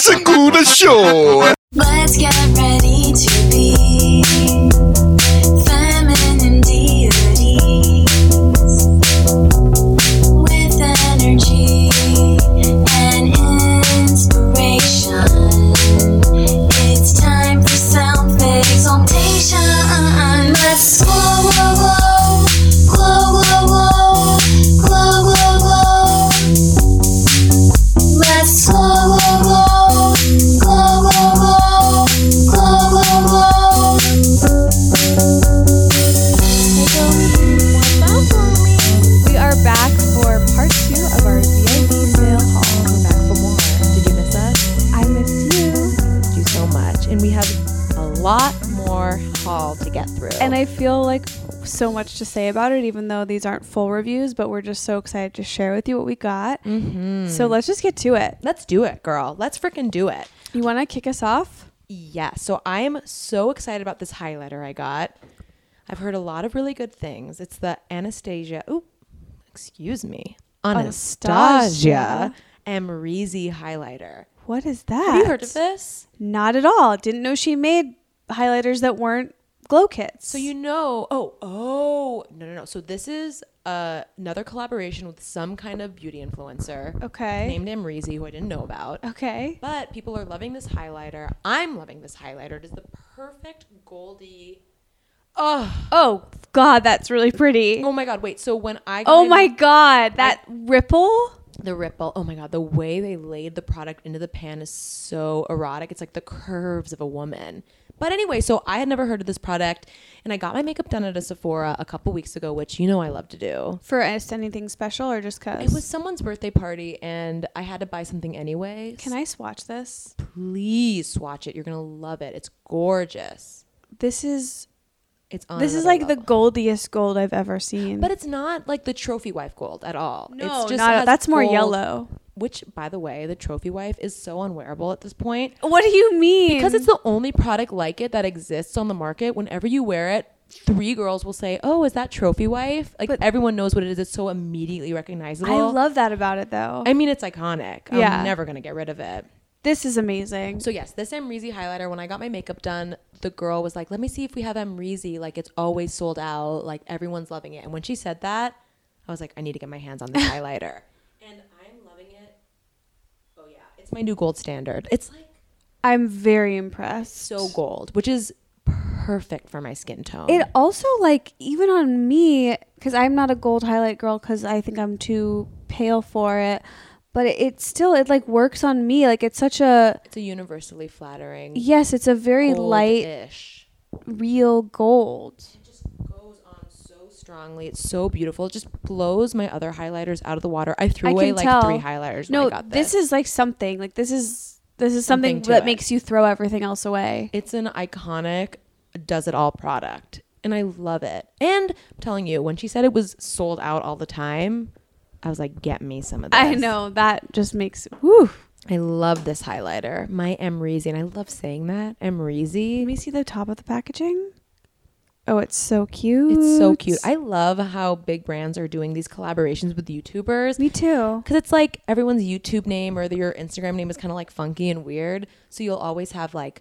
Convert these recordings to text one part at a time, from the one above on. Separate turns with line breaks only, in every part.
친구 the show.
Let's get ready to be feminine deities with energy and inspiration. It's time for self exaltation. Let's glow, glow, glow, glow, glow, glow, glow, glow, glow. Let's glow, glow, glow, glow, glow, glow, glow, glow, glow.
We are back for part two of our VIP sale haul. We're back for more. Did you miss us? I missed you.
Thank you so much. And we have a lot more haul to get through.
And I feel like so much to say about it, even though these aren't full reviews, but we're just so excited to share with you what we got.
Mm-hmm.
So let's just get to it.
let's do it, girl. Let's freaking do it.
You want to kick us off?
Yeah. So I'm so excited about this highlighter I got. I've heard a lot of really good things. It's the Anastasia. Ooh, excuse me. Anastasia
Anastasia.
Amrizi highlighter.
What is that?
Have you heard of this?
Not at all. Didn't know she made highlighters that weren't glow kits.
So you know, oh, oh, no, no, no. So this is uh, another collaboration with some kind of beauty influencer.
Okay.
Named Amrizi, who I didn't know about.
okay?
But people are loving this highlighter. I'm loving this highlighter. It is the perfect goldy. Oh,
Oh God, that's really pretty.
oh my god! Wait. So when I got
Oh
it-
my God, that ripple.
the ripple. Oh my god! The way they laid the product into the pan is so erotic. It's like the curves of a woman. But anyway, so I had never heard of this product, and I got my makeup done at a Sephora a couple weeks ago, which you know I love to do.
For us, anything special or just cause?
It was someone's birthday party, and I had to buy something anyway.
Can I swatch this?
please swatch it? You're gonna love it. It's gorgeous.
This is
It's on.
this is
another
like
level.
the goldiest gold I've ever seen.
But it's not like the trophy wife gold at all.
no,
it's just
not,
has
that's more
gold,
yellow.
Which, by the way, the trophy wife is so unwearable at this point
What do you mean?
because it's the only product like it that exists on the market. Whenever you wear it, three girls will say, "Oh, is that trophy wife?" Like
But-
everyone knows what it is. It's so immediately recognizable.
I love that about it though.
I mean, it's iconic.
Yeah.
I'm never gonna get rid of it.
this is amazing.
So yes, this Amrizi highlighter. When I got my makeup done, the girl was like, "Let me see if we have Amrizi. Like it's always sold out. Like everyone's loving it." And when she said that, I was like, "I need to get my hands on this highlighter." And I'm loving it. Oh yeah, it's my new gold standard. It's like
I'm very impressed.
so gold, which is perfect for my skin tone.
It also like even on me because I'm not a gold highlight girl because I think I'm too pale for it. But it, it still it like works on me. Like it's such a
it's a universally flattering,
yes, it's a very light,
gold-ish.
real gold.
It just goes on so strongly. It's so beautiful. It just blows my other highlighters out of the water. I threw
I
away
can
like
tell.
three highlighters. when
No,
I got
this. is like something. Like this is this is something,
Something to
that
it.
makes you throw everything else away.
It's an iconic does it all product. And I love it. And I'm telling you, when she said it was sold out all the time, I was like, get me some of this.
I know that just makes woo.
I love this highlighter. My Emreezy. And I love saying that.
Let
Emreezy.
me see the top of the packaging. Oh, it's so cute.
It's so cute. I love how big brands are doing these collaborations with YouTubers.
me too.
Because it's like everyone's YouTube name or your Instagram name is kind of like funky and weird. So you'll always have like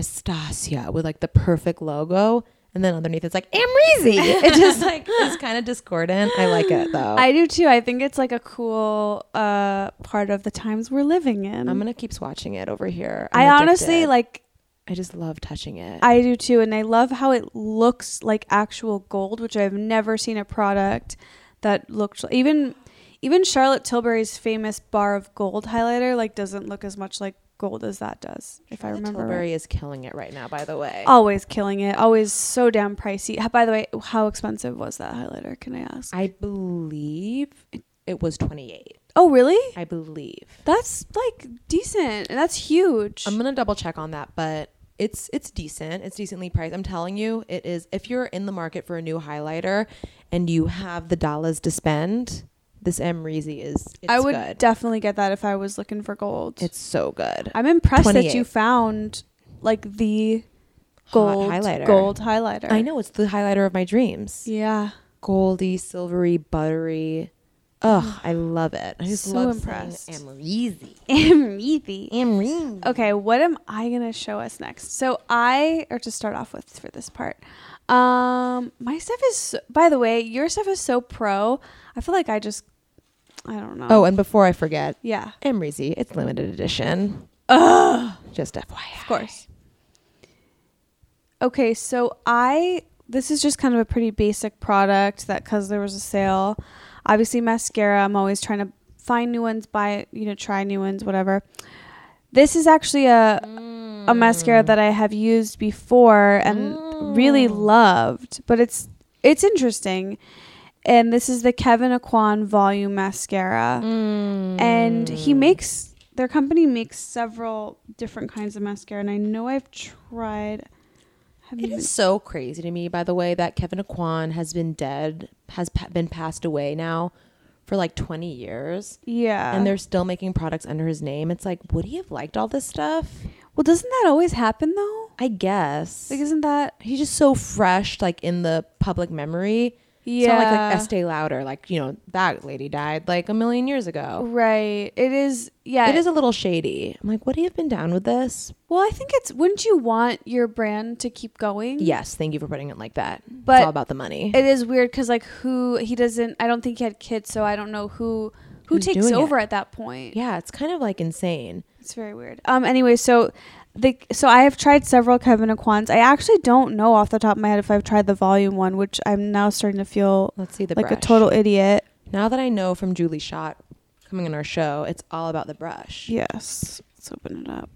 Anastasia with like the perfect logo. And then underneath it's like Amreezy. It just like is kind of discordant. I like it though. I,
I do too. I think it's like a cool uh, part of the times we're living in.
am going to keep swatching it over here.
I
I'm
honestly
addicted.
like.
I just love touching it.
I do too, and I love how it looks like actual gold, which I've never seen a product that looked even even Charlotte Tilbury's famous bar of gold highlighter like doesn't look as much like gold as that does, if I
The
remember.
Tilbury
Right. Oh.
is killing it right now, by the way.
Always killing it. Always so damn pricey. H- By the way, how expensive was that highlighter? Can I ask?
I believe it was 28.
oh, really?
I believe.
That's like decent, and that's huge.
I'm gonna double check on that, but it's it's decent. It's decently priced. I'm telling you, it is. If you're in the market for a new highlighter and you have the dollars to spend, this Amreezy is. It's
I would
Good.
definitely get that if I was looking for gold.
it's so good.
I'm impressed that you
28.
found like the
Hot
gold
highlighter.
gold highlighter.
I know it's the highlighter of my dreams.
Yeah.
Goldy, silvery, buttery. Ugh, I love it. I just
So
love
impressed.
saying Amreezy.
Amreezy.
Amreezy.
Okay, what am I gonna show us next? So I, or to start off with for this part, um, my stuff is. By the way, your stuff is so pro. I feel like I just, I don't know.
Oh, and before I forget,
yeah,
Amreezy, it's limited edition. Ugh. Just FYI.
of course. Okay, so I. This is just kind of a pretty basic product that because there was a sale. Obviously, mascara. I'm always trying to find new ones, buy you know, try new ones, whatever. This is actually a a mascara that I have used before and really loved, but it's it's interesting. And this is the Kevin Aquan Volume Mascara, and he
Mm.
makes their company makes several different kinds of mascara, and I know I've tried. I haven't
It
even-
is so crazy to me, by the way, that Kevin Aquan has been dead, has pa- been passed away now for like 20 years,
yeah,
and they're still making products under his name. It's like, would he have liked all this stuff?
well, doesn't that always happen though?
I guess.
Like, isn't that
He's just so fresh, like in the public memory. It's not like, like
Yeah.
Estee Lauder, like, you know, that lady died like a million years ago.
right? It is. Yeah,
It is a little shady. I'm like, would he have been down with this?
Well, I think it's. Wouldn't you want your brand to keep going?
Yes, thank you for putting it like that.
Mm. But-
it's all about the money.
It is weird because like who he doesn't. I don't think he had kids, so I don't know who who
Who's
takes
doing it?
over at that point.
yeah, it's kind of like insane.
It's very weird. Um. Anyway, so the so I have tried several Kevin Aquans. I actually don't know off the top of my head if I've tried the volume one, which I'm now starting to feel
Let's see the
like a
brush.
total idiot.
Now that I know from Julie Schott coming on our show, it's all about the brush.
Yes. Let's open it up.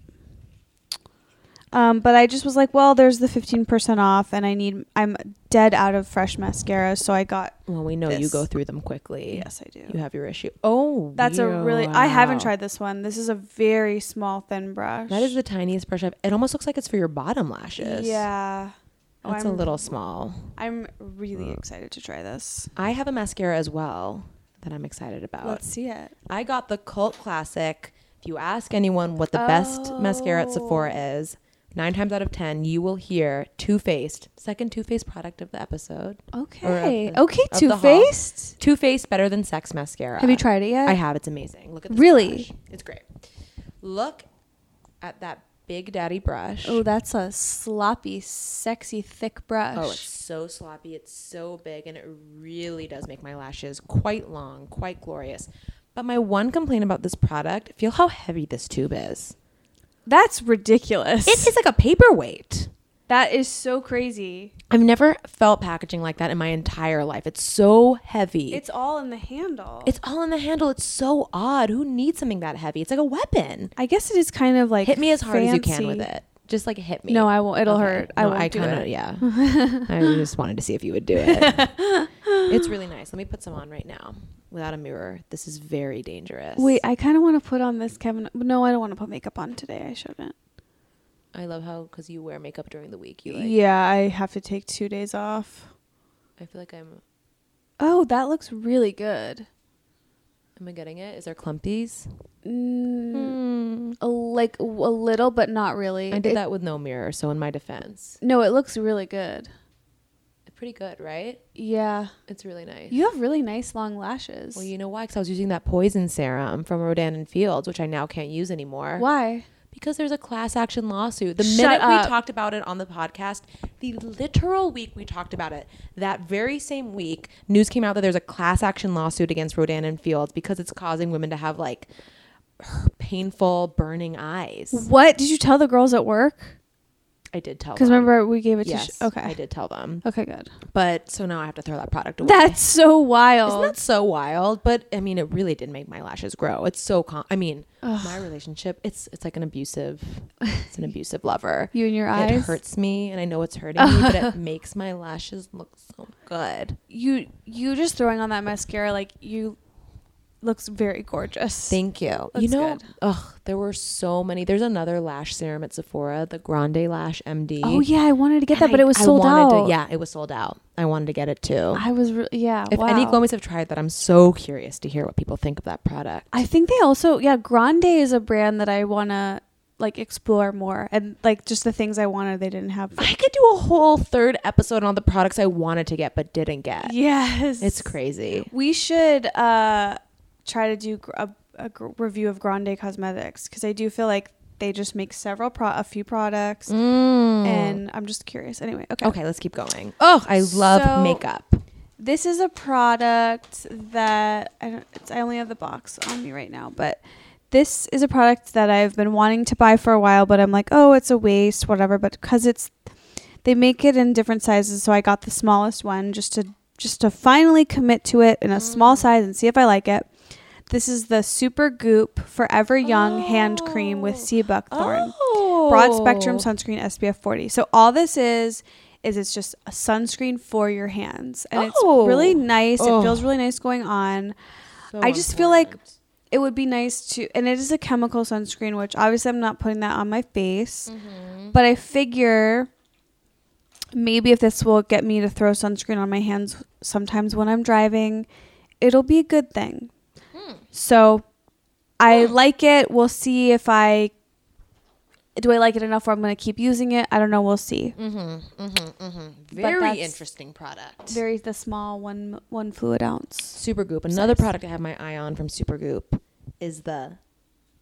Um, but I just was like, well, there's the 15% off, and I need, I'm dead out of fresh mascara, so I got,
Well, we know you
This.
go through them quickly.
yes, I do.
You have your issue. Oh,
That's a
yeah,
really. I haven't
wow.
tried this one. This is a very small thin brush.
That is the tiniest brush I've. It almost looks like it's for your bottom lashes.
Yeah. Oh,
That's a
I'm-
little small.
I'm really excited to try this.
I have a mascara as well that I'm excited about.
Let's see it.
I got the Cult Classic. If you ask anyone what the best mascara at Sephora
Oh.
is, nine times out of ten, you will hear Too Faced, second Too Faced product of the episode.
Okay.
the-
okay.
of the
Too
haul.
Faced.
Too Faced Better Than Sex Mascara.
Have you tried it yet?
I have. It's amazing. Look at this
Really?
brush. It's great. Look at that Big Daddy brush.
Oh, that's a sloppy, sexy, thick brush.
Oh, it's so sloppy. It's so big, and it really does make my lashes quite long, quite glorious. But my one complaint about this product, feel how heavy this tube is.
that's ridiculous.
It is like a paperweight.
that is so crazy.
I've never felt packaging like that in my entire life. It's so heavy.
It's all in the handle.
it's all in the handle. It's so odd. Who needs something that heavy? It's like a weapon.
I guess it is kind of like
hit me as hard as you can with
fancy.
it. Just like hit me.
No, I won't. It'll hurt. I
No,
won't do
kinda-
it.
Yeah. I just wanted to see if you would do it. it's really nice. Let me put some on right now without a mirror. This is very dangerous.
Wait, I kind of want to put on this Kevin. No, I don't want to put makeup on today. I shouldn't.
I love how because you wear makeup during the week. You like.
yeah, I have to take two days off.
I feel like I'm.
Oh, that looks really good.
Am I getting it? Is there clumpies?
Mm, a- Like a little, but not really.
I did
It-
that with no mirror. So in my defense,
No, it looks really good.
pretty good, right?
Yeah.
It's really nice.
You have really nice long lashes.
well, you know why? Because I was using that poison serum from Rodan and Fields, which I now can't use anymore.
Why?
Because there's a class action lawsuit. The
Shut
minute
up.
we talked about it on the podcast, the literal week we talked about it, that very same week, news came out that there's a class action lawsuit against Rodan and Fields because it's causing women to have like painful, burning eyes.
What? Did you tell the girls at work?
I did tell
Because
them.
remember, we gave it to.
yes,
Sh- okay.
I did tell them.
Okay, good.
But so now I have to throw that product away.
That's so
Isn't
wild.
that so wild? But I mean, it really did make my lashes grow. It's so con- I mean, my relationship it's it's like an abusive, it's an abusive lover.
You and your
It
eyes?
hurts me, and I know it's hurting me, but it makes my lashes look so good.
you you just throwing on that mascara like you looks very gorgeous.
Thank you.
That's
you know,
good.
ugh, there were so many. There's another lash serum at Sephora, the Grande Lash MD.
oh yeah, I wanted to get
And
that, but
I-
it was
I
sold
wanted
out.
To, yeah, it was sold out. I wanted to get it too.
I was re- yeah.
if
wow.
any Glomies have tried that, I'm so curious to hear what people think of that product.
I think they also yeah. Grande is a brand that I wanna like explore more and like just the things I wanted they didn't have.
I could do a whole third episode on all the products I wanted to get but didn't get.
Yes,
It's crazy.
We should uh, try to do gr- a, a gr- review of Grande Cosmetics because I do feel like they just make several pro- a few products, and I'm just curious. Anyway, okay.
Mm. Okay, let's keep going. Oh, I love
so-
makeup.
This is a product that I don't. It's, I only have the box on me right now, but this is a product that I've been wanting to buy for a while, but I'm like, oh, it's a waste, whatever. But because it's, they make it in different sizes, so I got the smallest one just to just to finally commit to it in a small size and see if I like it. This is the Super Goop Forever Young hand cream with sea buckthorn
Oh.
broad spectrum sunscreen SPF 40. So all this is is it's just a sunscreen for your hands and
Oh.
it's really nice.
Oh.
It feels really nice going on.
So
I just feel like
important.
it would be nice to and it is a chemical sunscreen which obviously I'm not putting that on my face. But I figure maybe if this will get me to throw sunscreen on my hands sometimes when I'm driving, it'll be a good thing. So I like it. We'll see if I do I like it enough where I'm going to keep using it. I don't know. We'll see.
very
that's-
interesting product.
Very the small one one fluid ounce.
Supergoop. Another product I have my eye on from Supergoop is the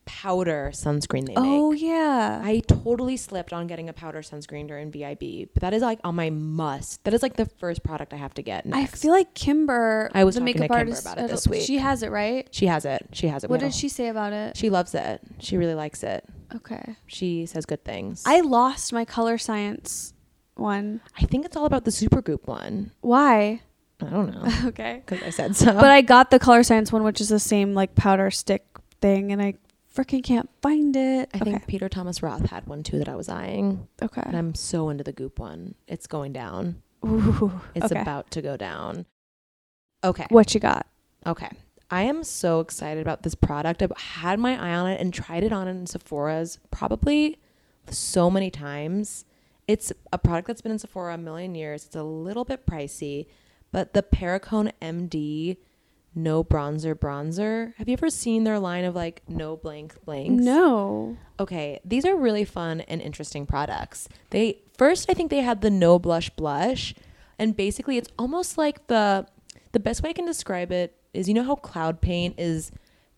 powder sunscreen they make.
Oh yeah.
I totally slipped on getting a powder sunscreen during VIB, but that is like on my must. That is like the first product I have to get.
I
Next.
feel like Kimber.
I was
the
talking to
makeup
Kimber
artist
about it
at-
this week.
She has it right.
she has it. She has it. We
What
have
did
a-
she say about it?
She loves it. She really likes it.
okay.
She says good things.
I lost my color science one.
I think it's all about the Supergoop one.
Why?
I don't know
Okay.
because I said so.
But I got the color science one, which is the same like powder stick thing, and I freaking can't find it.
I think Peter Thomas Roth had one too that I was eyeing,
Okay.
and I'm so into the Goop one. It's going down.
Ooh,
It's
okay.
about to go down. Okay.
what you got?
Okay. I am so excited about this product. I've had my eye on it and tried it on in Sephora's probably so many times. It's a product that's been in Sephora a million years. It's a little bit pricey, but the Paracone MD No Bronzer Bronzer. Have you ever seen their line of like no blank blanks?
No.
Okay, these are really fun and interesting products. They first I think they had the no blush blush and basically it's almost like the the best way I can describe it is you know how cloud paint is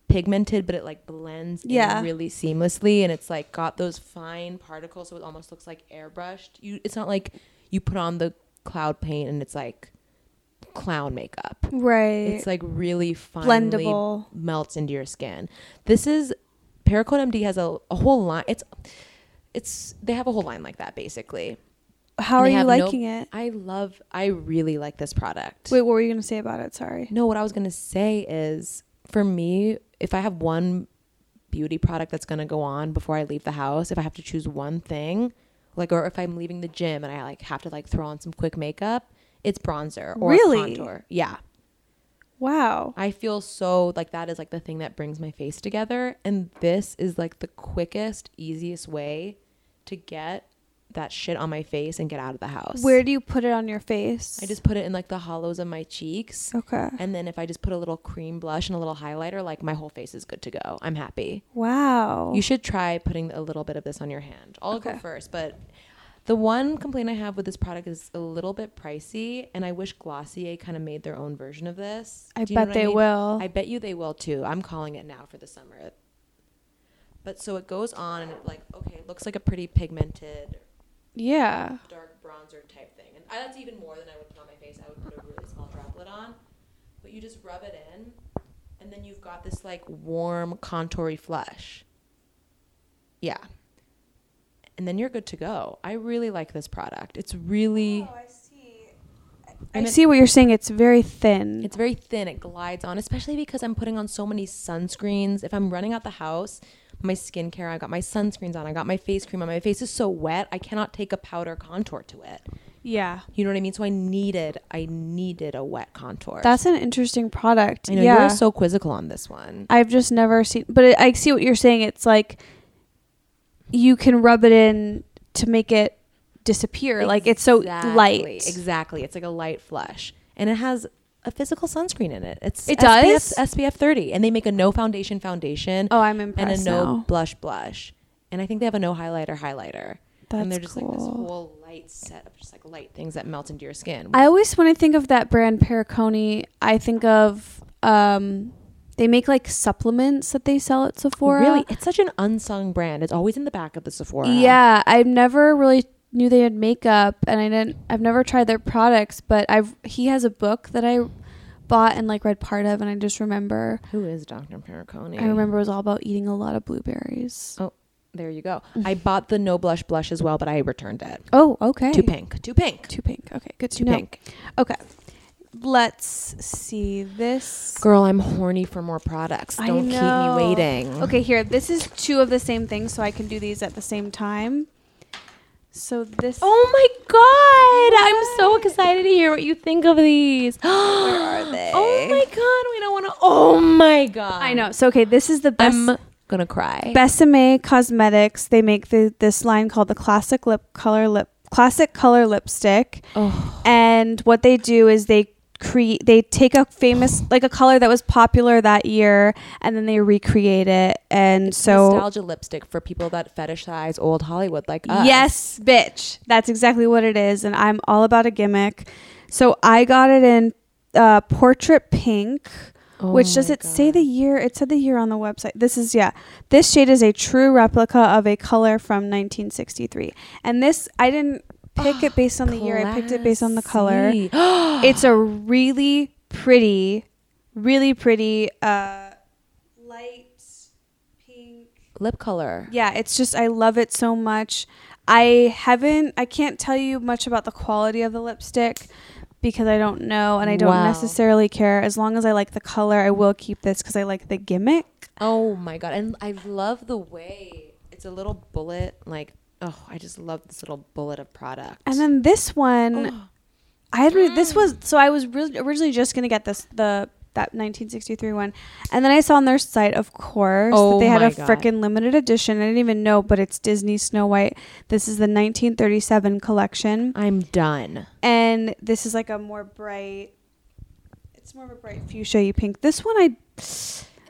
pigmented but it like blends in
Yeah.
really seamlessly and it's like got those fine particles so it almost looks like airbrushed. You it's not like you put on the cloud paint and it's like clown makeup.
Right.
It's like really finely
Blendable.
melts into your skin. This is Paracone MD has a, a whole line. It's it's they have a whole line like that basically.
How
And
are
they
you
have no-
liking it?
I love. I really like this product.
Wait, what were you gonna say about it? Sorry.
No, what I was gonna say is for me, if I have one beauty product that's gonna go on before I leave the house, if I have to choose one thing, like or if I'm leaving the gym and I like have to like throw on some quick makeup, it's bronzer or
Really?
contour. Yeah.
Wow.
I feel so like that is like the thing that brings my face together. And this is like the quickest, easiest way to get that shit on my face and get out of the house.
Where do you put it on your face?
I just put it in like the hollows of my cheeks.
Okay.
And then if I just put a little cream blush and a little highlighter, like my whole face is good to go. I'm happy.
Wow.
You should try putting a little bit of this on your hand. I'll go
Okay.
first, but the one complaint I have with this product is a little bit pricey, and I wish Glossier kind of made their own version of this.
I
Do you know
bet
what
they will.
I bet you they will too. I'm calling it now for the summer. But so it goes on, and it like okay, it looks like a pretty pigmented
yeah.
dark bronzer type thing. And I- that's even more than I would put on my face. I would put a really small droplet on. But you just rub it in, and then you've got this like warm, contoury flush. Yeah. And then you're good to go. I really like this product. It's really,
I see.
And it-
what you're saying. It's very thin.
it's very thin. It glides on, especially because I'm putting on so many sunscreens. If I'm running out the house, my skincare, I got my sunscreens on, I got my face cream on. My face is so wet, I cannot take a powder contour to it.
yeah.
You know what I mean? So I needed, I needed a wet contour.
That's an interesting product.
I know
yeah.
you're so quizzical on this one.
I've just never seen, but it, I see what you're saying. It's like you can rub it in to make it disappear. Like it's so light.
Exactly, Exactly. It's like a light flush, and it has a physical sunscreen in it. It's
It does?
SPF, SPF 30, and they make a no foundation foundation
Oh, I'm
and a
impressed
no
now.
blush blush. and I think they have a no highlighter highlighter.
That's
and they're just like this
cool.
whole light set of just like light things that melt into your skin.
I always, when I think of that brand Pericone, I think of um, they make like supplements that they sell at Sephora.
really, it's such an unsung brand. It's always in the back of the Sephora.
Yeah, I've never really knew they had makeup, and I didn't. I've never tried their products, but I've he has a book that I bought and like read part of, and I just remember.
Who is Dr. Pericone?
I remember it was all about eating a lot of blueberries.
Oh, there you go. I bought the no blush blush as well, but I returned it.
Oh, okay.
Too pink. Too pink.
Too pink. Okay, good to
Too
know.
pink.
Okay, let's see this.
Girl, I'm horny for more products.
I
Don't keep me
know.
waiting.
Okay, here. This is two of the same thing, so I can do these at the same time. So this.
Oh my god! I'm so excited to hear what you think of these. Where are they? Oh my god! We don't want to. Oh my god!
I know. So okay, this is the best.
I'm gonna cry.
Besame Cosmetics. They make the, this line called the Classic Lip Color Lip Classic Color Lipstick.
Oh.
And what they do is they create they take a famous like a color that was popular that year and then they recreate it. And so
nostalgia lipstick for people that fetishize old Hollywood like us.
yes, bitch. That's exactly what it is and I'm all about a gimmick. So I got it in uh, portrait pink.
Oh
Which does
my
it say the year? It said the year on the website. This is yeah. This shade is a true replica of a color from 1963. And this I didn't pick it based on the year. I picked it based on the color.
classy.
it's a really pretty, really pretty uh light pink.
lip color.
Yeah, it's just I love it so much. I haven't I can't tell you much about the quality of the lipstick because I don't know and I don't
Wow.
necessarily care. As long as I like the color, I will keep this cuz I like the gimmick.
Oh my god! And I love the way it's a little bullet. Like oh, I just love this little bullet of product.
And then this one
Oh.
I had re-
Mm.
this was so I was really originally just going to get this the that 1963 one. And then I saw on their site, of course, that
Oh
they had
my
a
God.
freaking limited edition. I didn't even know, but it's Disney Snow White. This is the 1937 collection.
I'm done.
and this is like a more bright it's more of a bright fuchsia pink this one i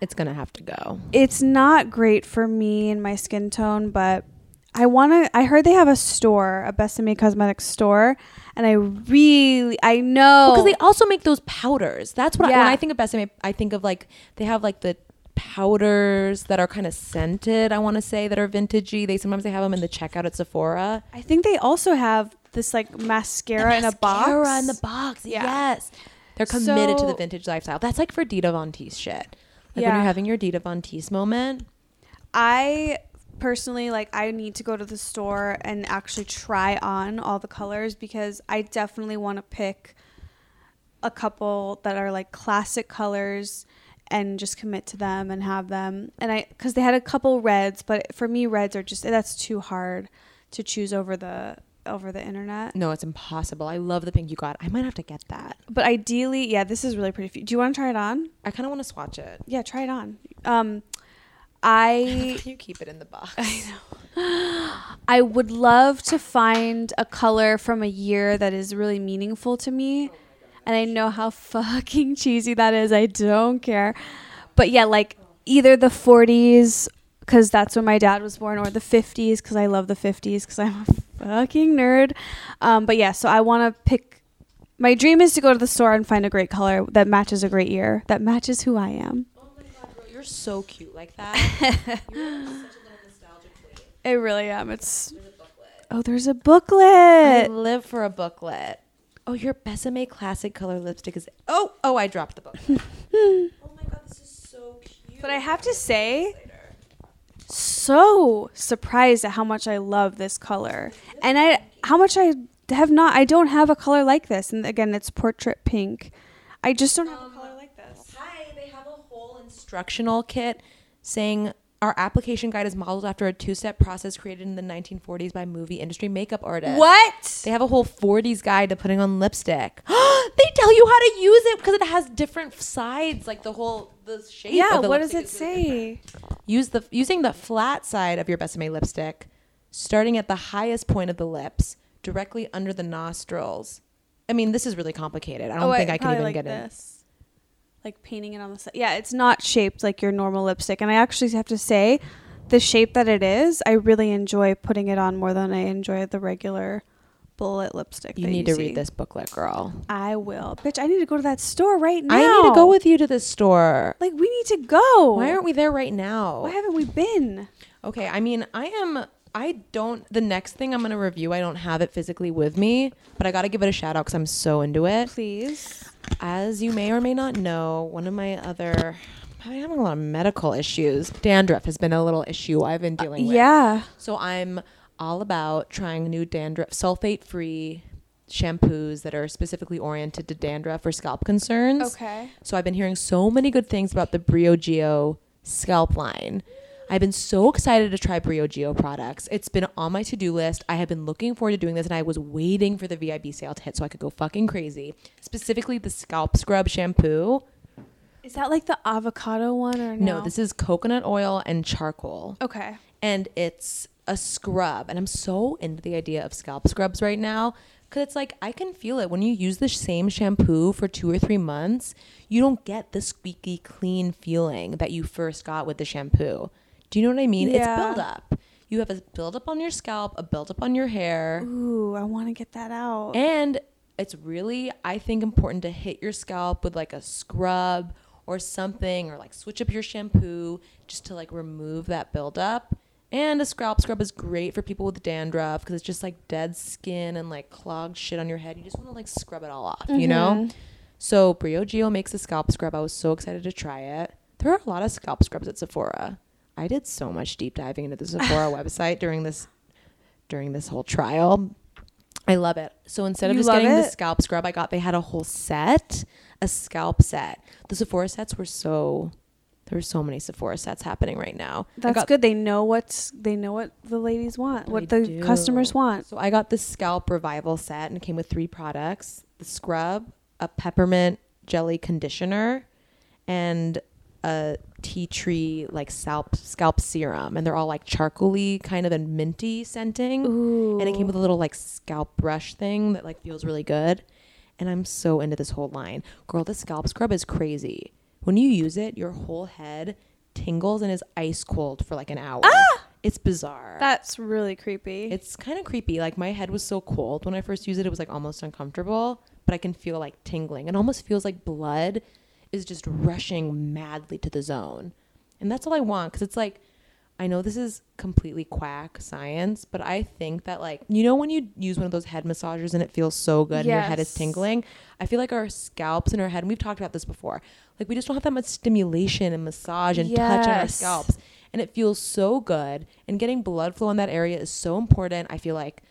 It's gonna have to go.
it's not great for me and my skin tone but i want to i heard they have a store a besame cosmetics store and i really i know
because they also make those powders. That's what I, when
Oh. Yeah.
I think of Besame, I think of like they have like the powders that are kind of scented. I want to say that are vintagey. They sometimes they have them in the checkout at Sephora.
i think they also have this like mascara, in a box
Mascara in the box.
Yeah.
Yes, they're committed to the
So-
vintage lifestyle. That's like for Dita Von Teese shit. Like when
Yeah.
you're having your Dita Von Teese moment.
I personally like I need to go to the store and actually try on all the colors because I definitely want to pick a couple that are like classic colors and just commit to them and have them. And I cuz they had a couple reds, but for me reds are just that's too hard to choose over the over the internet.
No, it's impossible. I love the pink you got. I might have to get that.
But ideally, yeah, this is really pretty. Do you want to try it on?
I kind of want to swatch it.
Yeah, try it on. Um I
You keep it in the box.
I would love to find a color from a year that is really meaningful to me. and I know how fucking cheesy that is. I don't care. But yeah, like either the 40s, because that's when my dad was born, or the 50s, because I love the 50s, because I'm a fucking nerd. Um, but yeah, so I want to pick. My dream is to go to the store and find a great color that matches a great year, that matches who I am.
Oh my god, girl, you're so cute like that. you're such a little nostalgic queen.
I really am. It's.
There's a booklet.
Oh, there's a
I
booklet.
live for a booklet. Oh, your Besame classic color lipstick is. Oh, oh, I dropped the booklet. oh my god, this is so cute.
But I have to say, so surprised at how much I love this color, and I how much I have not. I don't have a color like this, and again, it's portrait pink. I just don't have a color like this.
Hi, they have a whole instructional kit saying our application guide is modeled after a two-step process created in the 1940s by movie industry makeup artists.
What?
They have a whole 40s guide to putting on lipstick. they tell you how to use it because it has different sides, like the whole the shape.
Yeah.
of the
What does
lipstick
it
is really different.
say?
Use the using the flat side of your Besame lipstick, starting at the highest point of the lips, directly under the nostrils. I mean, this is really complicated. I don't think I, can
probably
even
Oh, like
get it.
this. Like painting it on the side. Yeah, it's not shaped like your normal lipstick, and I actually have to say, the shape that it is, I really enjoy putting it on more than I enjoy the regular bullet lipstick.
You
that
need to
you see.
read this booklet, girl.
I will, bitch. I need to go to that store right now.
I need to go with you to the store.
Like we need to go.
Why aren't we there right now?
Why haven't we been?
Okay, I mean, I am. I don't. The next thing I'm gonna review, I don't have it physically with me, but I gotta give it a shout out because I'm so into it.
Please.
As you may or may not know, one of my other, I'm having a lot of medical issues. Dandruff has been a little issue I've been dealing with.
Uh, Yeah.
So I'm all about trying new dandruff, sulfate free shampoos that are specifically oriented to dandruff or scalp concerns.
Okay.
So I've been hearing so many good things about the Brio Geo scalp line. I've been so excited to try Brio Geo products. It's been on my to do list. I have been looking forward to doing this and I was waiting for the VIB sale to hit so I could go fucking crazy. Specifically, the scalp scrub shampoo.
Is that like the avocado one or no?
No, this is coconut oil and charcoal
Okay.
and it's a scrub and i'm so into the idea of scalp scrubs right now because it's like i can feel it when you use the same shampoo for two or three months you don't get the squeaky clean feeling that you first got with the shampoo do you know what i mean
Yeah.
it's buildup you have a buildup on your scalp a buildup on your hair
Ooh, I want to get that out.
and it's really, I think, important to hit your scalp with like a scrub or something, or like switch up your shampoo just to like remove that buildup. And a scalp scrub is great for people with dandruff because it's just like dead skin and like clogged shit on your head. You just want to like scrub it all off, you know? So Brio Geo makes a scalp scrub. I was so excited to try it. There are a lot of scalp scrubs at Sephora. I did so much deep diving into the Sephora website during this during this whole trial. I love it. So instead of
You
just
love
getting the
it?
scalp scrub, I got they had a whole set, a scalp set. The Sephora sets were so there were so many Sephora sets happening right now. I
That's
got-
good. They know what's they know what the ladies want, what
I
the
do.
customers want.
So I got the scalp revival set and it came with three products: the scrub, a peppermint jelly conditioner, and a tea tree like scalp scalp serum. And they're all like charcoaly kind of and minty scenting. And it came with a little like scalp brush thing that like feels really good. And I'm so into this whole line. Girl, the scalp scrub is crazy. When you use it, your whole head tingles and is ice cold for like an hour. It's bizarre.
That's really creepy.
It's kind of creepy. Like my head was so cold when I first used it, it was like almost uncomfortable, but I can feel like tingling. It almost feels like blood is just rushing madly to the zone. And that's all I want cuz it's like I know this is completely quack science, but I think that like you know when you use one of those head massagers and it feels so good and your head is
Yes.
tingling, I feel like our scalps and our head, and we've talked about this before. Like we just don't have that much stimulation and massage and touch on our
Yes.
scalps helps. and it feels so good and getting blood flow in that area is so important i feel like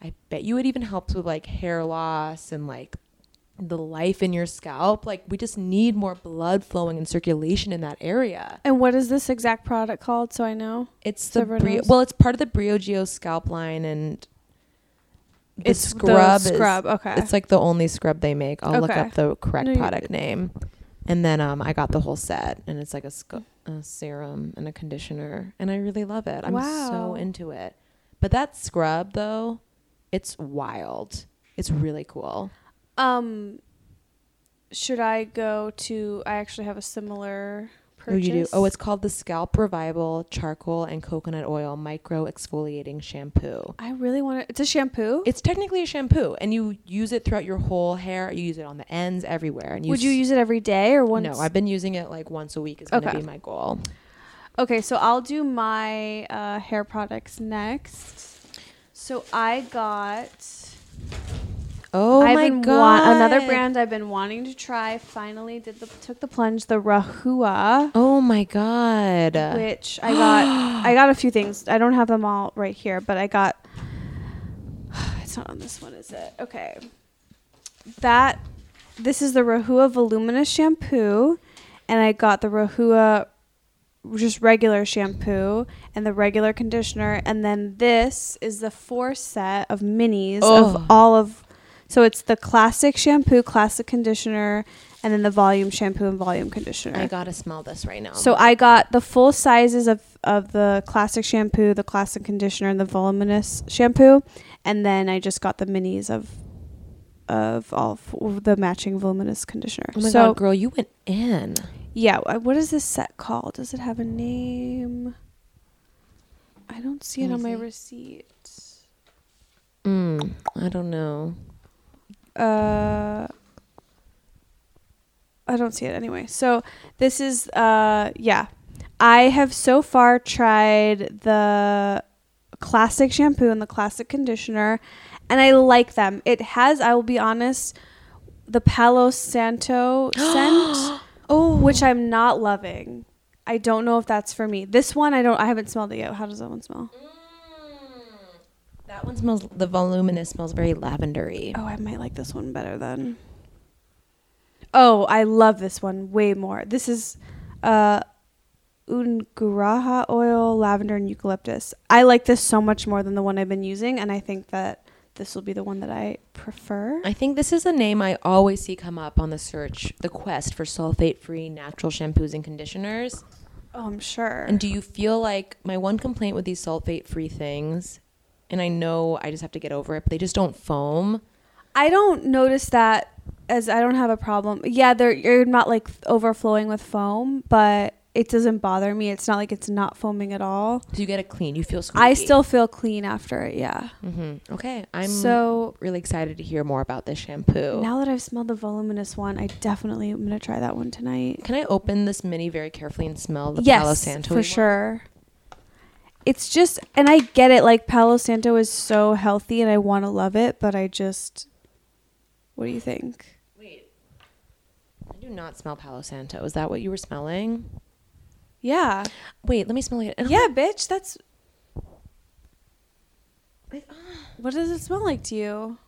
i bet you it even helps with like hair loss and like the life in your scalp like we just need more blood flowing and circulation in that area
and what is this exact product called? So I know.
it's
So
the
everyone
brio
knows?
well it's part of the brio geo scalp line and the
It's the
is-
scrub, okay.
it's like the only scrub they make i'll look
Okay.
up the correct
No, you-
product name and then um i got the whole set and it's like a, sc- a serum and a conditioner and i really love it i'm
Wow.
so into it but that scrub though it's wild it's really cool
Um, should I go to? I actually have a similar
Oh,
purchase.
you do. Oh, it's called the Scalp Revival Charcoal and Coconut Oil Micro Exfoliating Shampoo.
I really want to. It's a shampoo.
It's technically a shampoo, and you use it throughout your whole hair. You use it on the ends, everywhere. And you
Would you use it every day or once?
No, I've been using it like once a week. Is gonna
Okay.
be my goal.
Okay, so I'll do my uh, hair products next. So I got.
Oh
I've
my
been
god!
wa- another brand I've been wanting to try. Finally, did the took the plunge. The Rahua.
Oh my god!
which I got. I got a few things. I don't have them all right here, but I got. It's not on this one, is it? Okay. That. This is the Rahua Voluminous Shampoo, and I got the Rahua just regular shampoo and the regular conditioner, and then this is the four set of minis
Ugh.
of all of. So it's the classic shampoo, classic conditioner, and then the volume shampoo and volume conditioner.
I gotta smell this right now.
So I got the full sizes of, of the classic shampoo, the classic conditioner, and the voluminous shampoo, and then I just got the minis of of all f- the matching voluminous conditioner.
oh my
so
god, girl, you went in.
yeah, wh- what is this set called? Does it have a name? I don't see it on my receipts.
Mm, I don't know.
Uh, I don't see it anyway. So this is uh yeah. I have so far tried the classic shampoo and the classic conditioner and I like them. It has, I will be honest, the Palo Santo scent. Oh, which I'm not loving. I don't know if that's for me. This one I don't I haven't smelled it yet. How does that one smell?
That one smells. The voluminous smells very lavendery.
Oh, I might like this one better then. Oh, I love this one way more. This is uh Unguraha oil, lavender and eucalyptus. I like this so much more than the one I've been using and I think that this will be the one that I prefer.
I think this is a name I always see come up on the search, the quest for sulfate-free natural shampoos and conditioners.
Oh, I'm sure.
And do you feel like my one complaint with these sulfate-free things, and I know I just have to get over it, but they just don't foam.
I don't notice that as I don't have a problem. Yeah, they're you're not like overflowing with foam, but it doesn't bother me. It's not like it's not foaming at all.
Do you get it clean? You feel squeaky.
I still feel clean after it. Yeah.
hmm Okay, I'm
so
really excited to hear more about this shampoo.
now that I've smelled the voluminous one, I definitely am gonna try that one tonight.
Can I open this mini very carefully and smell the Palo
yes,
Santo?
for
one?
sure. It's just, and I get it. Like Palo Santo is so healthy, and I want to love it, but I just, what do you think?
Wait, I do not smell Palo Santo. Is that what you were smelling?
Yeah,
Wait, let me smell it. I don't-
yeah, bitch. That's
ah.
what does it smell like to you?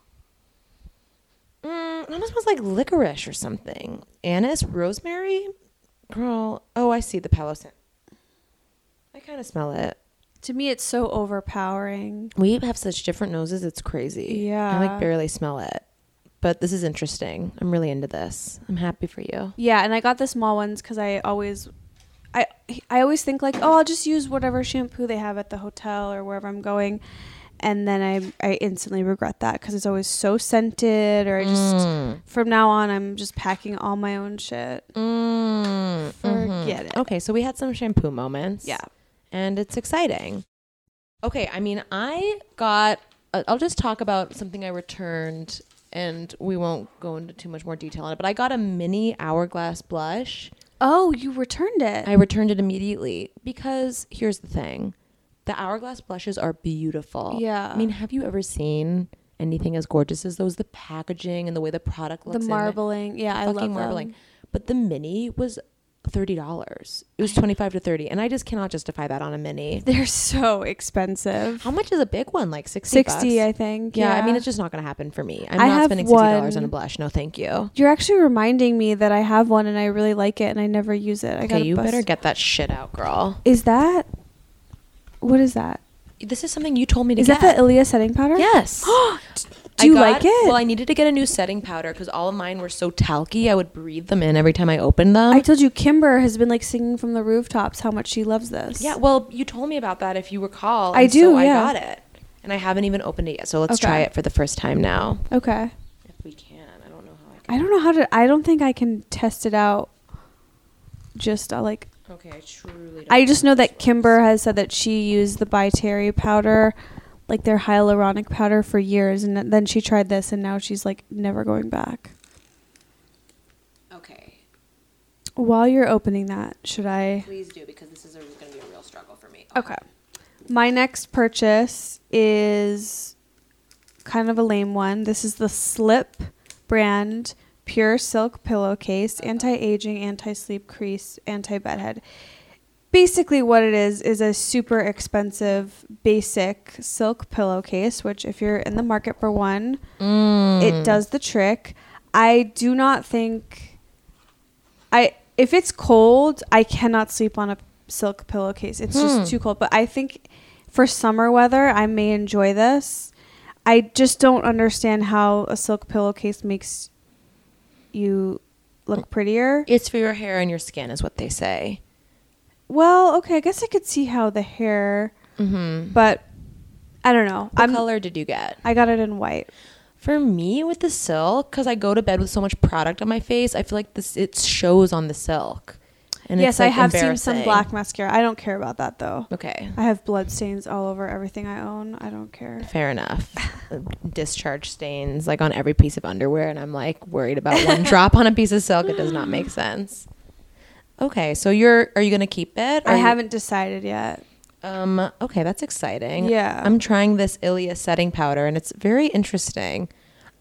Mm, it almost smells like licorice or something. Anise, rosemary, girl. Oh, I see the Palo Santo. I kind of smell it.
To me, it's so overpowering.
We have such different noses. It's crazy. I
Yeah.
like barely smell it. But this is interesting. I'm really into this. I'm happy for you.
Yeah, and I got the small ones because I always, I I always think like, oh, I'll just use whatever shampoo they have at the hotel or wherever I'm going, and then I I instantly regret that because it's always so scented. Or I just from now on, I'm just packing all my own shit.
Mm, mhm.
Forget it.
Okay, so we had some shampoo moments.
Yeah.
And it's exciting. Okay, I mean, I got, uh, I'll just talk about something I returned and we won't go into too much more detail on it, but I got a mini hourglass blush.
Oh, you returned it.
I returned it immediately because here's the thing the hourglass blushes are beautiful.
Yeah.
I mean, have you ever seen anything as gorgeous as those? The packaging and the way the product looks
the
in it
marbling. Yeah, I
fucking
love
marbling.
marbling.
But the mini was thirty dollars. It was twenty five to thirty, and I just cannot justify that on a mini.
They're so expensive.
How much is a big one? Like sixty.
Sixty,
bucks?
I think.
yeah, I mean, it's just not going to happen for me. I'm
I
not
have
spending sixty dollars on
one-
a blush. No, thank you.
You're actually reminding me that I have one and I really like it and I never use it. I
Okay,
gotta
you
bust-
better get that shit out, girl.
Is that what is that?
This is something you told me to
Is
get.
that the Ilia setting powder?
yes. I
Do you
got-
like it?
Well, I needed to get a new setting powder because all of mine were so talky. I would breathe them in every time I opened them.
I told you Kimber has been like singing from the rooftops how much she loves this.
Yeah, well, you told me about that if you recall.
I
and
do,
So I
yeah.
got it. And I haven't even opened it yet. So let's
Okay.
try it for the first time now.
Okay.
If we can. I don't know how I
I don't know how to I don't think I can test it out just uh, like
Okay, I truly don't.
I just know that Kimber has said that she used the By Terry powder like their hyaluronic powder for years and then she tried this and now she's like never going back.
Okay,
While you're opening that, should I
please do because this is going to be a real struggle for me.
Okay. My next purchase is kind of a lame one. This is the Slip brand pure silk pillowcase, anti-aging, anti-sleep crease, anti-bedhead. Basically what it is is a super expensive basic silk pillowcase, which if you're in the market for one, it
Mm.
does the trick. I do not think I if it's cold, I cannot sleep on a silk pillowcase. It's
Hmm.
just too cold. But I think for summer weather, I may enjoy this. I just don't understand how a silk pillowcase makes you look prettier.
It's for your hair and your skin, is what they say.
Well, okay, I guess I could see how the hair,
Mm-hmm.
but I don't know.
What
I'm,
color did you get?
I got it in white.
For me, with the silk, because I go to bed with so much product on my face, I feel like this it shows on the silk. And
yes,
it's, like,
I have seen some
embarrassing.
black mascara. I don't care about that though.
Okay,
I have blood stains all over everything I own. I don't care.
fair enough. Uh, Discharge stains like on every piece of underwear, and I'm like worried about one drop on a piece of silk. It does not make sense. Okay, so you're are you gonna keep it?
I
Are you-
haven't decided yet.
Um, okay, that's exciting.
Yeah.
I'm trying this Ilia setting powder and it's very interesting.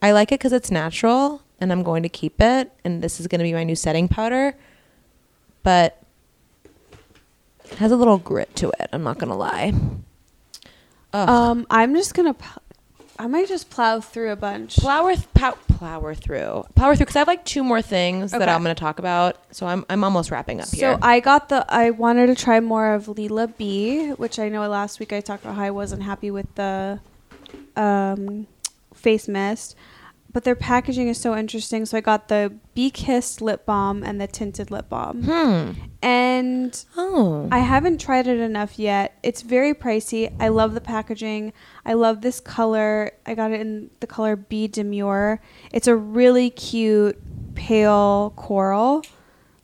I like it because it's natural and I'm going to keep it. And this is going to be my new setting powder. But it has a little grit to it. I'm not going to lie. Ugh.
Um, I'm just gonna. Pl- I might just plow through a bunch.
plower, th- pow- plower through. Plower through because I have like two more things that
Okay.
I'm going to talk about. So I'm, I'm almost wrapping up here.
So I got the. I wanted to try more of Leela B, which I know last week I talked about how I wasn't happy with the um, face mist, but their packaging is so interesting. So I got the Bee Kissed lip balm and the tinted lip balm,
Hmm.
and
Oh.
I haven't tried it enough yet. It's very pricey. I love the packaging. I love this color. I got it in the color B Demure. It's a really cute pale coral.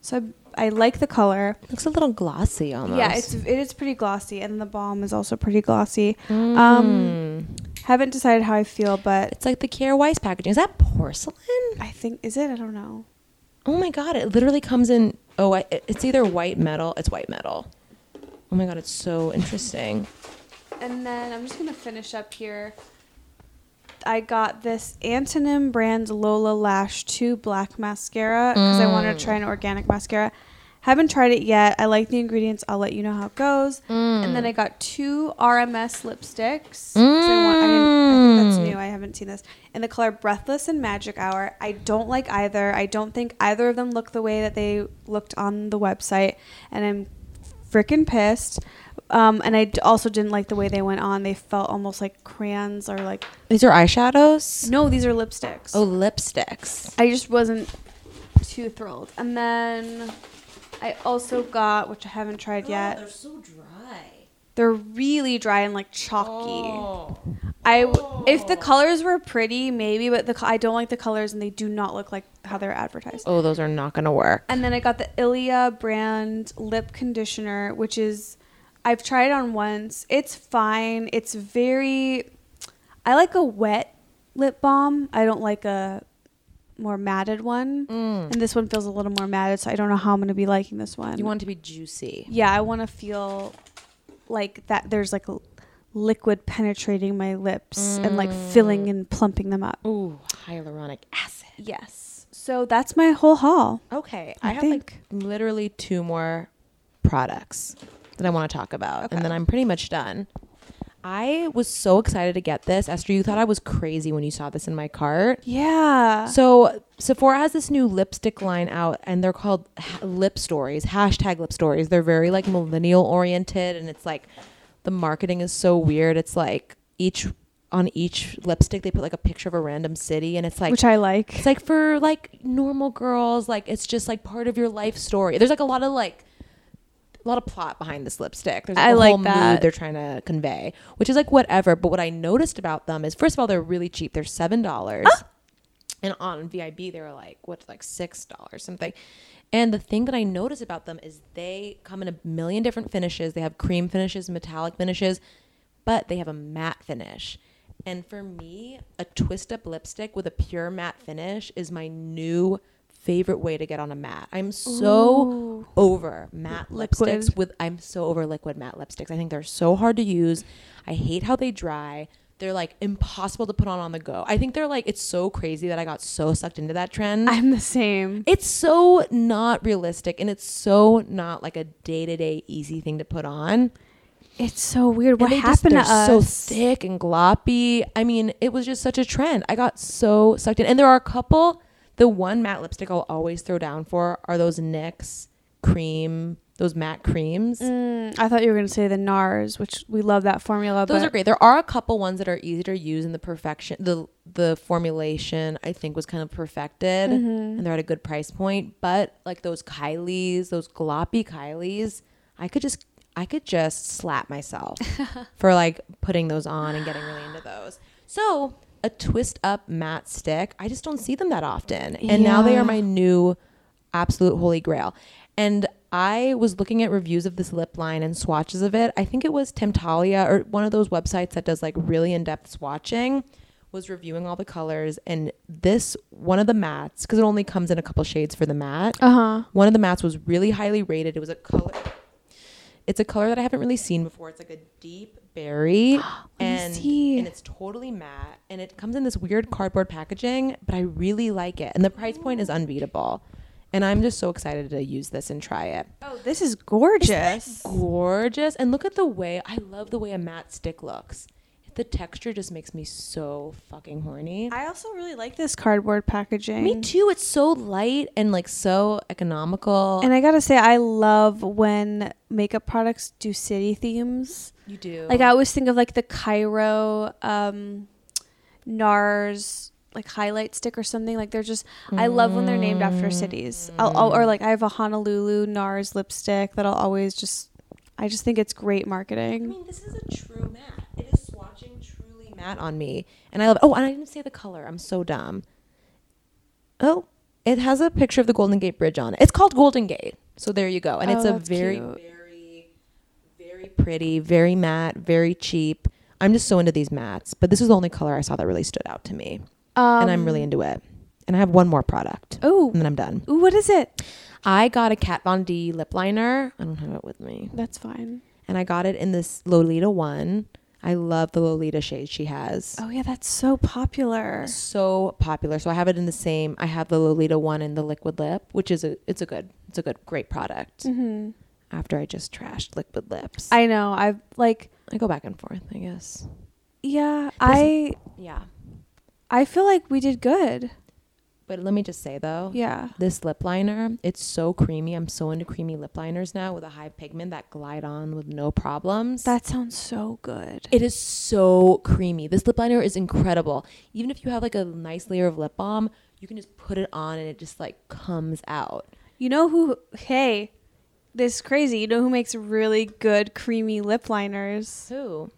So I, I like the color.
looks a little glossy almost.
Yeah, it's it is pretty glossy and the balm is also pretty glossy. Um haven't decided how I feel, but
It's like the Kier Weiss packaging. Is that porcelain?
I think is it? I don't know.
Oh my god! It literally comes in. Oh, I, it's either white metal. It's white metal. Oh my god! It's so interesting.
And then I'm just gonna finish up here. I got this Antonym brand Lola Lash 2 black mascara because I wanted to try an organic mascara. Haven't tried it yet. I like the ingredients. I'll let you know how it goes. And then I got two RMS lipsticks. 'cause I, want, I, didn't, I think that's new. I haven't seen this. In the color Breathless and Magic Hour. I don't like either. I don't think either of them look the way that they looked on the website. And I'm freaking pissed. Um, and I d- also didn't like the way they went on. They felt almost like crayons or like
These are eyeshadows.
no, these are lipsticks.
Oh, lipsticks.
I just wasn't too thrilled. And then I also got, which I haven't tried yet. Oh, they're so dry. They're really dry and like chalky. Oh.
Oh,
I w- if the colors were pretty, maybe, but the co- I don't like the colors and they do not look like how they're advertised.
Oh, those are not gonna work.
And then I got the Ilia brand lip conditioner, which is I've tried on once. It's fine. It's very I like a wet lip balm. I don't like a more matted one. And this one feels a little more matted, so I don't know how I'm going to be liking this one.
Mm. You want it to be juicy.
Yeah, I want to feel like that there's like a liquid penetrating my lips and like
Mm.
filling and plumping them up.
Ooh, hyaluronic acid.
Yes. So that's my whole haul.
Okay,
I
I, have
think.
like literally two more products that I want to talk about, and then I'm pretty much done. I was so excited to get this, Esther. You thought I was crazy when you saw this in my cart.
Yeah.
So Sephora has this new lipstick line out, and they're called ha- Lip Stories. Hashtag Lip Stories. They're very like millennial oriented, and it's like the marketing is so weird. It's like each on each lipstick they put like a picture of a random city, and it's like
which I like.
it's like for like normal girls. Like it's just like part of your life story. There's like a lot of like a lot of plot behind this lipstick. There's like
I
a
like
whole
that.
mood they're trying to convey, which is like whatever. But what I noticed about them is, first of all, they're really cheap. They're seven dollars, and on VIB they were like what's like six dollars something. And the thing that I notice about them is they come in a million different finishes. They have cream finishes, metallic finishes, but they have a matte finish. And for me, a twist up lipstick with a pure matte finish is my new favorite way to get on a matte. I'm so over matte
Liquid.
lipsticks with I'm so over liquid matte lipsticks. I think they're so hard to use. I hate how they dry. They're like impossible to put on on the go. I think they're like it's so crazy that I got so sucked into that trend.
I'm the same.
it's so not realistic and it's so not like a day-to-day easy thing to put on.
It's so weird.
And
What
they just-
happened to
they're
us?
So thick and gloppy. I mean, it was just such a trend. I got so sucked in. And there are a couple. The one matte lipstick I'll always throw down for are those NYX cream, those matte creams.
Mm, I thought you were gonna say the NARS, which we love that formula.
Those
but
are great. There are a couple ones that are easy to use, and the perfection, the the formulation, I think was kind of perfected,
Mm-hmm.
and they're at a good price point. But like those Kylie's, those gloppy Kylie's, I could just I could just slap myself for like putting those on and getting really into those. So a twist up matte stick, I just don't see them that often, and now they
Yeah.
are my new absolute holy grail. And I was looking at reviews of this lip line and swatches of it. I think it was Temptalia or one of those websites that does like really in-depth swatching was reviewing all the colors and this one of the mattes cuz it only comes in a couple shades for the matte.
Uh-huh.
One of the mattes was really highly rated. It was a color It's a color that I haven't really seen before. It's like a deep berry and
see.
and it's totally matte and it comes in this weird cardboard packaging, but I really like it and the price point is unbeatable. And I'm just so excited to use this and try it
Oh, this is gorgeous.
gorgeous. And look at the way I love the way a matte stick looks. The texture just makes me so fucking horny.
I also really like this cardboard packaging.
me too. It's so light and like so economical.
And I gotta say, I love when makeup products do city themes.
you do
Like I always think of like the Cairo um, NARS like highlight stick or something. Like they're just I love when they're named after cities. I'll, I'll- or like I have a Honolulu NARS lipstick that I'll always just I just think it's great
I
marketing.
mean, this is a true matte. It is swatching truly matte on me, and I love. Oh, and I didn't say the color. I'm so dumb. Oh, it has a picture of the Golden Gate Bridge on it. It's called Golden Gate. So there you go. And it's
Oh,
a
that's
very,
cute.
very, very pretty, very matte, very cheap. I'm just so into these mattes, but this is the only color I saw that really stood out to me,
Um,
and I'm really into it. And I have one more product.
Oh,
And then I'm done.
ooh, what is it?
I got a Kat Von D lip liner. I don't have it with me
That's fine.
and I got it in this Lolita one. I love the Lolita shade she has.
Oh yeah, that's so popular.
So popular. So I have it in the same. I have the Lolita one and the liquid lip, which is a it's a good it's a good great product. After I just trashed liquid lips, Mm. I,
Mm-hmm. I know. I've like
go back and forth. I guess.
yeah. I
Yeah.
I feel like we did good.
But let me just say though,
Yeah.
this lip liner it's so creamy. I'm so into creamy lip liners now with a high pigment that glide on with no problems.
That sounds so good.
It is so creamy. This lip liner is incredible. Even if you have like a nice layer of lip balm, you can just put it on and it just like comes out.
You know who? Hey, this is crazy. You know who makes really good creamy lip liners?
Who?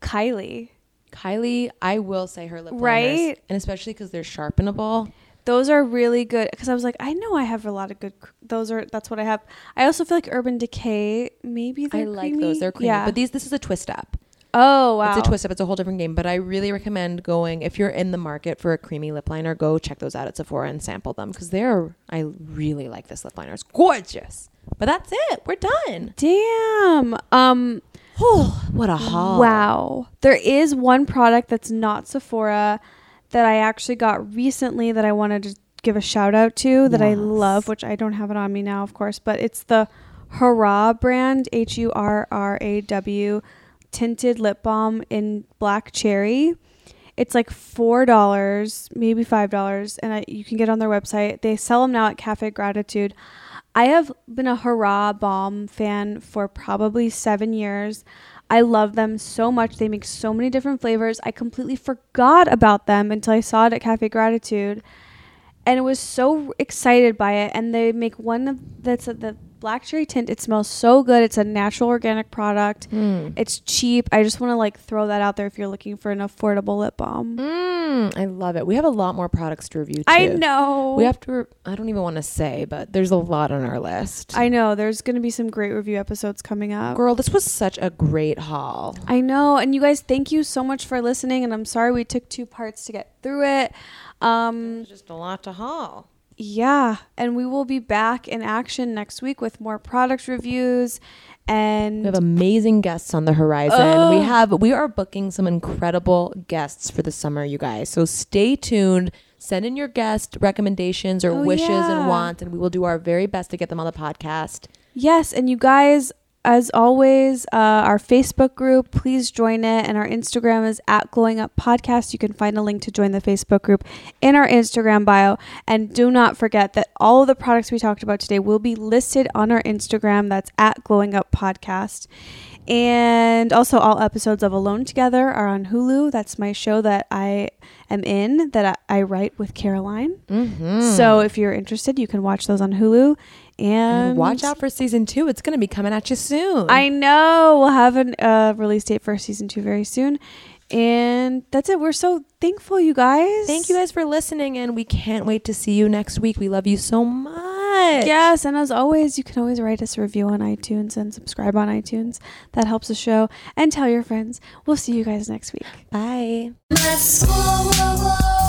Kylie.
Kylie, I will say her lip liners,
Right?
and especially because they're sharpenable.
Those are really good because I was like, I know I have a lot of good. cr- Those are that's what I have. I also feel like Urban Decay. Maybe they're
I like those; they're creamy.
Yeah.
But these, this is a twist up.
oh wow,
It's a twist up. It's a whole different game. But I really recommend going if you're in the market for a creamy lip liner. Go check those out at Sephora and sample them because they're. I really like this lip liner. It's gorgeous. But that's it. We're done.
Damn. Um.
Oh, what a haul!
Wow. There is one product that's not Sephora that I actually got recently that I wanted to give a shout out to that I
Yes.
love, which I don't have it on me now, of course, but it's the Hurrah brand, H U R R A W, tinted lip balm in black cherry. It's like four dollars, maybe five dollars, and I, you can get it on their website. They sell them now at Cafe Gratitude. I have been a Hurrah Balm fan for probably seven years. I love them so much. They make so many different flavors. I completely forgot about them until I saw it at Cafe Gratitude, and was so excited by it. And they make one of- that's a, the black cherry tint. It smells so good. It's a natural organic product.
Hmm.
It's cheap. I just want to like throw that out there if you're looking for an affordable lip balm.
Mm, I love it. We have a lot more products to review. Too.
I know.
We have to. Re- I don't even want to say, but there's a lot on our list.
I know. There's gonna be some great review episodes coming up.
Girl, this was such a great haul.
I know. And you guys, thank you so much for listening. And I'm sorry we took two parts to get through it. Um,
Just a lot to haul.
yeah. And we will be back in action next week with more product reviews.
We have
And
amazing guests on the horizon. We have. We are booking some incredible guests for the summer, you guys. So stay tuned. Send in your guest recommendations or
Oh,
wishes
yeah.
and wants, and we will do our very best to get them on the podcast.
yes, and you guys, as always, uh, our Facebook group, please join it. And our Instagram is at Glowing Up Podcast. You can find a link to join the Facebook group in our Instagram bio. And do not forget that all of the products we talked about today will be listed on our Instagram. That's at Glowing Up Podcast. And also, all episodes of Alone Together are on Hulu. That's my show that I am in that I, I write with Caroline.
Mm-hmm.
So if you're interested, you can watch those on Hulu. And,
And watch out for season two. It's going to be coming at you soon.
I know we'll have a uh, release date for season two very soon. And that's it. We're so thankful, you guys.
Thank you guys for listening, and we can't wait to see you next week. We love you so much. much.
Yes, and as always, you can always write us a review on iTunes and subscribe on iTunes. That helps the show. And tell your friends. We'll see you guys next week.
Bye.
Let's whoa, whoa, whoa.